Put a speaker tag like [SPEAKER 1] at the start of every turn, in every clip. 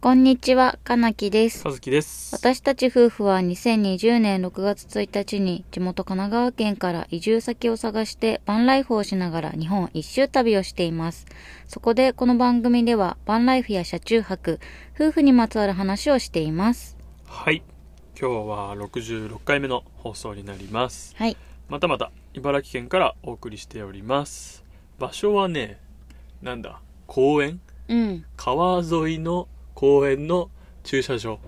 [SPEAKER 1] こんにちは、かなきです。
[SPEAKER 2] さずきです。
[SPEAKER 1] 私たち夫婦は2020年6月1日に地元神奈川県から移住先を探してバンライフをしながら日本一周旅をしています。そこでこの番組ではバンライフや車中泊、夫婦にまつわる話をしています。
[SPEAKER 2] はい。今日は66回目の放送になります。
[SPEAKER 1] はい。
[SPEAKER 2] またまた茨城県からお送りしております。場所はね、なんだ、公園
[SPEAKER 1] うん。
[SPEAKER 2] 川沿いの公園の駐車場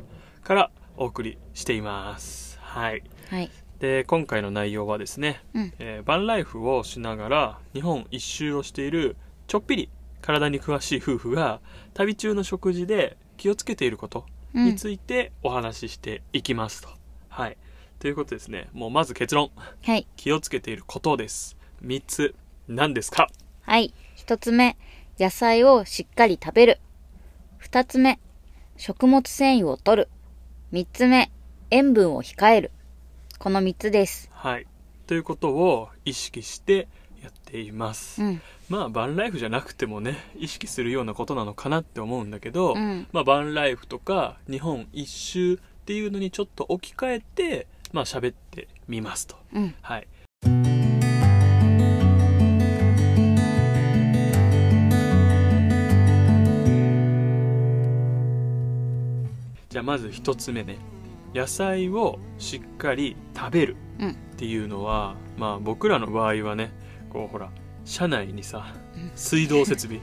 [SPEAKER 2] からお送りしています。はい。
[SPEAKER 1] はい。
[SPEAKER 2] で、今回の内容はですね、
[SPEAKER 1] うん。
[SPEAKER 2] えーバンライフをしながら日本一周をしているちょっぴり体に詳しい夫婦が旅中の食事で気をつけていること
[SPEAKER 1] うん
[SPEAKER 2] についてお話ししていきますと。はい。ということですね。もうまず結論。
[SPEAKER 1] はい。
[SPEAKER 2] 気をつけていることです。3つ。何ですか
[SPEAKER 1] はい。一つ目、野菜をしっかり食べる。二つ目、食物繊維を摂る。三つ目、塩分を控える。この三つです。
[SPEAKER 2] はい。ということを意識してやっています。
[SPEAKER 1] うん。
[SPEAKER 2] まあ、バンライフじゃなくてもね、意識するようなことなのかなって思うんだけど、
[SPEAKER 1] うん。
[SPEAKER 2] まあ、バンライフとか日本一周っていうのにちょっと置き換えて、まあ、喋ってみますと。
[SPEAKER 1] うん。
[SPEAKER 2] はい。じゃあまず一つ目ね野菜をしっかり食べる
[SPEAKER 1] うん
[SPEAKER 2] っていうのは、まあ僕らの場合はねこうほら車内にさ
[SPEAKER 1] うん
[SPEAKER 2] 水道設 備、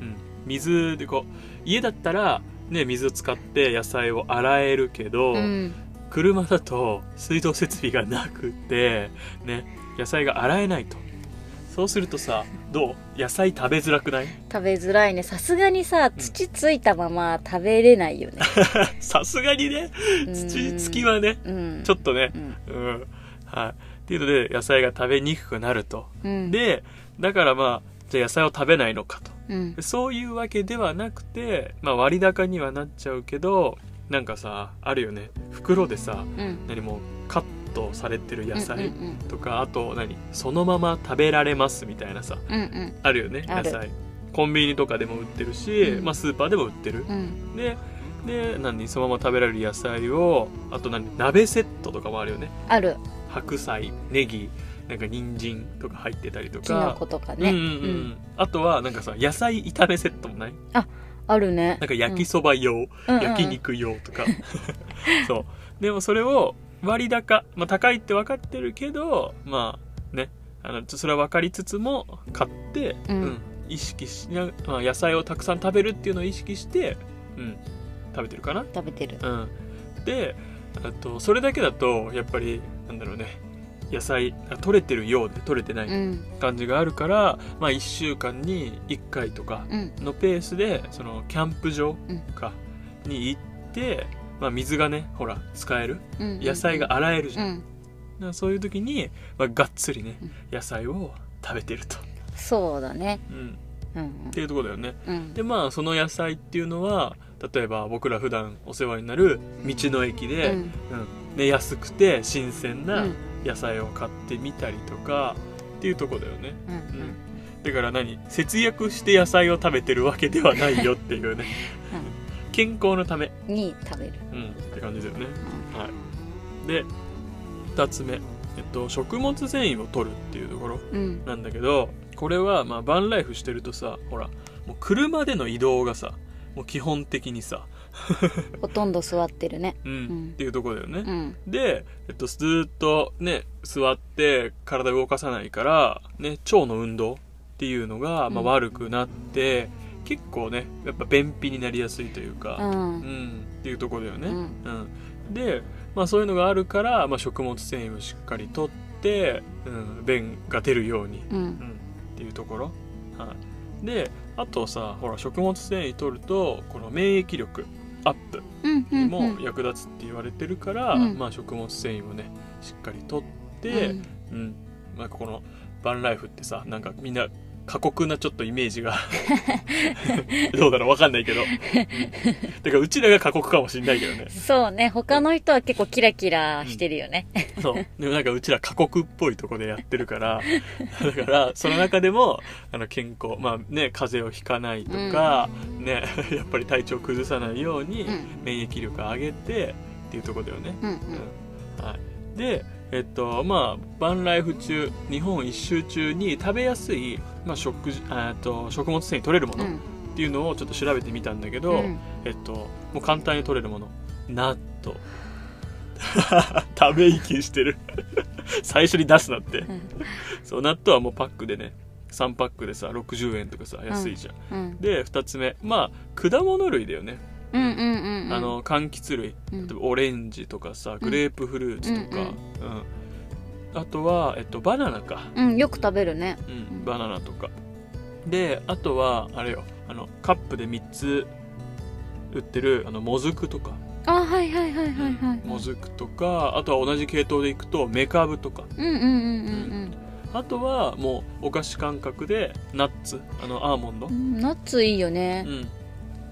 [SPEAKER 2] うん、水でこう家だったらね水を使って野菜を洗えるけど、
[SPEAKER 1] うん。
[SPEAKER 2] 車だと水道設備がなくてね野菜が洗えないとそうするとさどう野菜食べづらくない
[SPEAKER 1] 食べづらいね。さすがにさ、土ついたまま食べれない よね。
[SPEAKER 2] さすがにね土付きはね
[SPEAKER 1] うん。
[SPEAKER 2] ちょっとね
[SPEAKER 1] うん。
[SPEAKER 2] うんはいっていうので野菜が食べにくくなると
[SPEAKER 1] うん。、
[SPEAKER 2] でだからまあじゃあ野菜を食べないのかと
[SPEAKER 1] うん。
[SPEAKER 2] そういうわけではなくて、まあ、割高にはなっちゃうけどなんかさあるよね袋でさ
[SPEAKER 1] うん。
[SPEAKER 2] 何もうカットされてる野菜、
[SPEAKER 1] うんうん
[SPEAKER 2] とかあと何そのまま食べられますみたいなさ
[SPEAKER 1] うん。うん
[SPEAKER 2] あるよね
[SPEAKER 1] あ
[SPEAKER 2] 野
[SPEAKER 1] る
[SPEAKER 2] 菜コンビニとかでも売ってるし、
[SPEAKER 1] うん
[SPEAKER 2] まあ、スーパーでも売ってる
[SPEAKER 1] うん。うん。
[SPEAKER 2] でで何そのまま食べられる野菜をあと何鍋セットとかもあるよね
[SPEAKER 1] ある。
[SPEAKER 2] 白菜ネギなんか人参とか入ってたりと
[SPEAKER 1] きの
[SPEAKER 2] か
[SPEAKER 1] ことか
[SPEAKER 2] うんう
[SPEAKER 1] ね。
[SPEAKER 2] んうん、あとはなんかさ野菜炒めセットもない
[SPEAKER 1] あるね
[SPEAKER 2] なん。か焼きそば用、
[SPEAKER 1] うんうん
[SPEAKER 2] 焼肉用とか そうでもそれを割高、まあ、高いって分かってるけどまあねあのちょそれは分かりつつも買って、
[SPEAKER 1] うん
[SPEAKER 2] 意識しな、まあ、野菜をたくさん食べるっていうのを意識して、うん、食べてるかな
[SPEAKER 1] 食べてる。
[SPEAKER 2] うん、であとそれだけだとやっぱりなんだろうね野菜あ取れてるようで取れてな
[SPEAKER 1] う
[SPEAKER 2] い
[SPEAKER 1] ん。
[SPEAKER 2] 感じがあるから、まあ1週間に1回とか
[SPEAKER 1] うん。
[SPEAKER 2] のペースでそのキャンプ場かに行って、まあ、水がねほら使える
[SPEAKER 1] うん。
[SPEAKER 2] 野菜が洗えるじゃん、
[SPEAKER 1] うん。
[SPEAKER 2] だからそういう時に、まあ、がっつりね
[SPEAKER 1] うん
[SPEAKER 2] 野菜を食べてると、
[SPEAKER 1] そうだね。
[SPEAKER 2] うん、
[SPEAKER 1] うん
[SPEAKER 2] っていうところだよね
[SPEAKER 1] うん。うん。
[SPEAKER 2] でまあその野菜っていうのは例えば僕ら普段お世話になる道の駅で、
[SPEAKER 1] うん
[SPEAKER 2] うんね、安くて新鮮
[SPEAKER 1] うん
[SPEAKER 2] な野菜を買ってみたりとかっていうところだよね
[SPEAKER 1] うん
[SPEAKER 2] だから何節約して野菜を食べてるわけではないよっていうね 健康のため、
[SPEAKER 1] うんに食べる。
[SPEAKER 2] うん、って感じだよねはいで2つ目、えっと、食物繊維を取るっていうところ
[SPEAKER 1] うん。
[SPEAKER 2] なんだけどこれはまあバンライフしてるとさほらもう車での移動がさもう基本的にさ、
[SPEAKER 1] ほとんど座ってるね。
[SPEAKER 2] うん
[SPEAKER 1] うん
[SPEAKER 2] っていうところだよね、
[SPEAKER 1] うん。
[SPEAKER 2] で、えっと、ずーっとね座って体動かさないから、ね、腸の運動っていうのが、まあ、
[SPEAKER 1] うん
[SPEAKER 2] 悪くなって、結構ねやっぱ便秘になりやすいという
[SPEAKER 1] う
[SPEAKER 2] か、うん
[SPEAKER 1] ん。
[SPEAKER 2] っていうところだよね、
[SPEAKER 1] うん
[SPEAKER 2] うんで、まあ、そういうのがあるから、まあ、食物繊維をしっかりとって、うん、便が出るように、
[SPEAKER 1] う。
[SPEAKER 2] うんん、っていうところ、はい、であとさほら食物繊維取るとこの免疫力アップ
[SPEAKER 1] うん。う
[SPEAKER 2] に
[SPEAKER 1] ん。う
[SPEAKER 2] も
[SPEAKER 1] ん。
[SPEAKER 2] 役立つって言われてるから、
[SPEAKER 1] うん
[SPEAKER 2] まあ、食物繊維をねしっかりとって、うんまあ、ここのバンライフってさなんかみんな過酷なちょっとイメ ージがどうだろうわかんないけど、うんだからうちらが過酷かもしんないけどね
[SPEAKER 1] そうね他の人は結構キラキラしてるよね、
[SPEAKER 2] そうでもなんかうちら過酷っぽいとこでやってるから だからその中でもあの健康まあね風邪をひかないとか、ね やっぱり体調崩さないように
[SPEAKER 1] うん
[SPEAKER 2] 免疫力上げてっていうとこだよね、
[SPEAKER 1] うん、うん
[SPEAKER 2] うんはい、でえっとまあバンライフ中日本一周中に食べやすい、まあ、食事あえっと食物繊維取れるも
[SPEAKER 1] う
[SPEAKER 2] の
[SPEAKER 1] ん
[SPEAKER 2] っていうのをちょっと調べてみたんだけど、
[SPEAKER 1] うん
[SPEAKER 2] えっともう簡単に取れるもの納豆 ため息してる 最初に出すなってそう納豆はもうパックでね3パックでさ60円とかさ安いじゃん、
[SPEAKER 1] うん
[SPEAKER 2] で2つ目まあ果物類だよね、
[SPEAKER 1] うんうんうんうん
[SPEAKER 2] あの柑橘類
[SPEAKER 1] う
[SPEAKER 2] 例
[SPEAKER 1] ん
[SPEAKER 2] えばオレンジとかさグレープフルーツとか、
[SPEAKER 1] う
[SPEAKER 2] うんんあとは、えっと、バナナか、
[SPEAKER 1] うんよく食べるね
[SPEAKER 2] う
[SPEAKER 1] うん
[SPEAKER 2] ん、バナナとかであとはあれよあのカップで3つ売ってるあのもずくとか
[SPEAKER 1] あはいはいはいはいはい
[SPEAKER 2] もずくとかあとは同じ系統でいくとメカブとか
[SPEAKER 1] うんうんうんうん
[SPEAKER 2] あとはもうお菓子感覚でナッツあのアーモンド
[SPEAKER 1] う、んナッツいいよね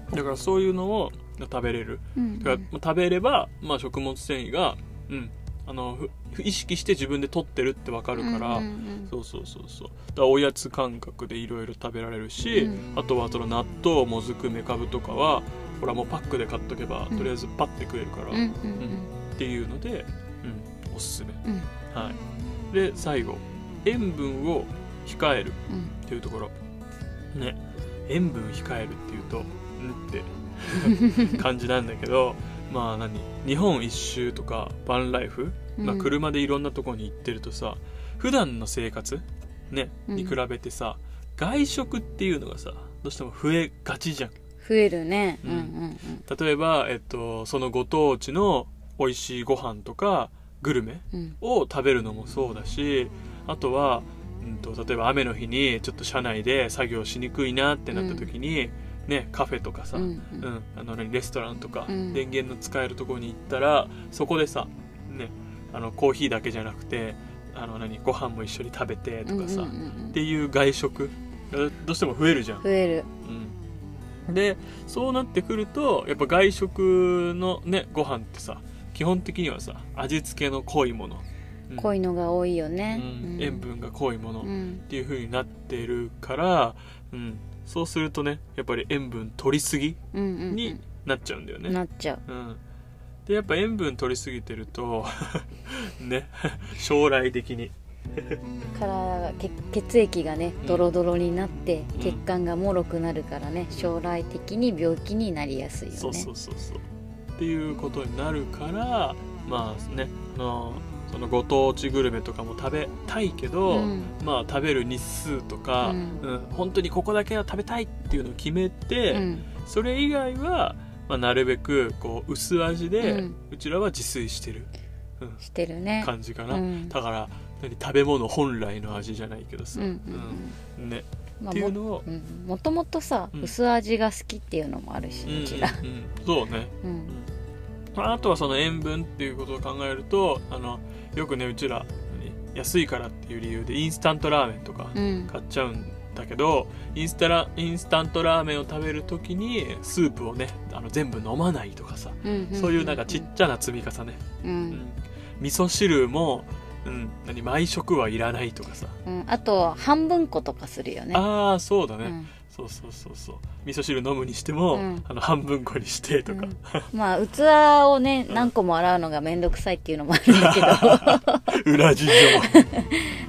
[SPEAKER 2] うん、だからそういうのを食べれる
[SPEAKER 1] うん
[SPEAKER 2] だからまあ食べれば、まあ、食物繊維が、うん、あのふ意識して自分で取ってるって分かるから、
[SPEAKER 1] うんうん
[SPEAKER 2] そうそうそうそうだからおやつ感覚でいろいろ食べられるし、
[SPEAKER 1] う
[SPEAKER 2] あとはその納豆もずくめかぶとかはほらもうパックで買っとけば、
[SPEAKER 1] うん
[SPEAKER 2] とりあえずパッて食えるから、
[SPEAKER 1] うんうんうん
[SPEAKER 2] っていうので、うん、おすすめ、
[SPEAKER 1] うん
[SPEAKER 2] はい、で最後塩分を控える
[SPEAKER 1] うん
[SPEAKER 2] っていうところね塩分控えるっていうとんって 感じなんだけどまあ何日本一周とかバンライフ、
[SPEAKER 1] うん
[SPEAKER 2] まあ、車でいろんなとこに行ってるとさ普段の生活ね
[SPEAKER 1] うん
[SPEAKER 2] に比べてさ、外食っていうのがさどうしても増えがちじゃん
[SPEAKER 1] 増えるねう
[SPEAKER 2] うんん
[SPEAKER 1] うんうん
[SPEAKER 2] 例えば、えっと、そのご当地の美味しいご飯とかグルメ
[SPEAKER 1] うん
[SPEAKER 2] を食べるのもそうだしあとは、うん、と例えば雨の日にちょっと車内で作業しにくいなってなった時に、ね、カフェとかさ、
[SPEAKER 1] う
[SPEAKER 2] うんんあのレストランとか、
[SPEAKER 1] うん
[SPEAKER 2] 電源の使えるところに行ったらそこでさ、ね、あのコーヒーだけじゃなくてあの何ご飯も一緒に食べてとかさ、
[SPEAKER 1] うんうん
[SPEAKER 2] っ
[SPEAKER 1] うんうん
[SPEAKER 2] ていう外食がどうしても増えるじゃん
[SPEAKER 1] 増。える
[SPEAKER 2] うんでそうなってくるとやっぱ外食のねご飯ってさ基本的にはさ味付けの濃いもの、うん
[SPEAKER 1] 濃いのが多いよね
[SPEAKER 2] うん塩分が濃いもの
[SPEAKER 1] う
[SPEAKER 2] っ
[SPEAKER 1] ん
[SPEAKER 2] ていう風になってるから、うん、そうするとねやっぱり塩分取りすぎ
[SPEAKER 1] うんうんうん
[SPEAKER 2] になっちゃうんだよね、
[SPEAKER 1] なっちゃう
[SPEAKER 2] うん、でやっぱ塩分取りすぎてると ね 将来的に
[SPEAKER 1] 体が血血液がね
[SPEAKER 2] うん
[SPEAKER 1] ドロドロになって、
[SPEAKER 2] うん
[SPEAKER 1] 血管がもろくなるからね将来的に病気になりやすいよね
[SPEAKER 2] そうそうそうそうっていうことになるからまあねあのそのご当地グルメとかも食べたいけど、
[SPEAKER 1] うん
[SPEAKER 2] まあ食べる日数とか、
[SPEAKER 1] う
[SPEAKER 2] うんん本当にここだけは食べたいっていうのを決めて、
[SPEAKER 1] うん
[SPEAKER 2] それ以外は、まあ、なるべくこう薄味で、
[SPEAKER 1] う
[SPEAKER 2] うんちらは自炊してる、う
[SPEAKER 1] してる
[SPEAKER 2] ん、
[SPEAKER 1] ね
[SPEAKER 2] 感じかな、
[SPEAKER 1] うん
[SPEAKER 2] だから何食べ物本来の味じゃないけどさ、
[SPEAKER 1] うんうん
[SPEAKER 2] うんね
[SPEAKER 1] ま
[SPEAKER 2] っ
[SPEAKER 1] あ
[SPEAKER 2] てい
[SPEAKER 1] も,、
[SPEAKER 2] うのを、
[SPEAKER 1] うん、もともとさ、
[SPEAKER 2] うん
[SPEAKER 1] 薄味が好きっていうのもあるし
[SPEAKER 2] うんうんう
[SPEAKER 1] うんちら、
[SPEAKER 2] そうね
[SPEAKER 1] うん
[SPEAKER 2] まああとはその塩分っていうことを考えるとあのよくねうちら何安いからっていう理由でインスタントラーメンとか
[SPEAKER 1] うん
[SPEAKER 2] 買っちゃうんだけどインスタラインスタントラーメンを食べる時にスープをねあの全部飲まないとかさ
[SPEAKER 1] うん
[SPEAKER 2] そういうなんかちっちゃな積み重ね、
[SPEAKER 1] う
[SPEAKER 2] うんん、味噌汁も、うん、何毎食はいらないとかさ
[SPEAKER 1] うん、あとは半分ことかするよね
[SPEAKER 2] ああそうだね、
[SPEAKER 1] うん
[SPEAKER 2] そうそうそうそう味噌汁飲むにしても、
[SPEAKER 1] うん
[SPEAKER 2] あの半分こにしてとか、
[SPEAKER 1] まあ器をね何個も洗うのが面倒くさいっていうのもあるんだけど
[SPEAKER 2] 裏事情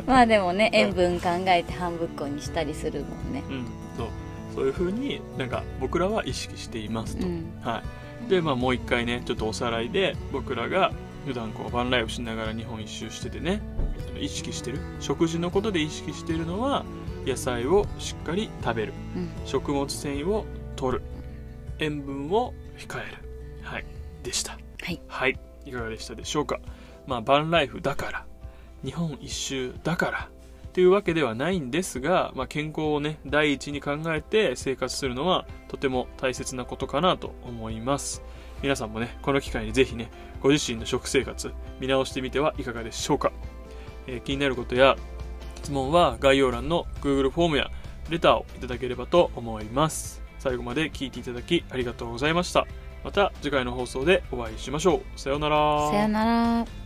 [SPEAKER 1] まあでもね塩分考えて半分こにしたりするもんね
[SPEAKER 2] うん、そうそういうふうになんか僕らは意識していますと、
[SPEAKER 1] うん
[SPEAKER 2] はい、で、まあ、もう一回ねちょっとおさらいで僕らが普段こうバンライフしながら日本一周しててね意識してる食事のことで意識してるのは野菜をしっかり食べる
[SPEAKER 1] うん
[SPEAKER 2] 食物繊維を取る塩分を控えるはいでした
[SPEAKER 1] はい、
[SPEAKER 2] はい、いかがでしたでしょうかまあバンライフだから日本一周だからというわけではないんですが、まあ、健康をね第一に考えて生活するのはとても大切なことかなと思います皆さんもねこの機会にぜひねご自身の食生活見直してみてはいかがでしょうか、えー気になることや質問は概要欄の Google フォームやレターをいただければと思います最後まで聞いていただきありがとうございましたまた次回の放送でお会いしましょうさようなら
[SPEAKER 1] さよなら。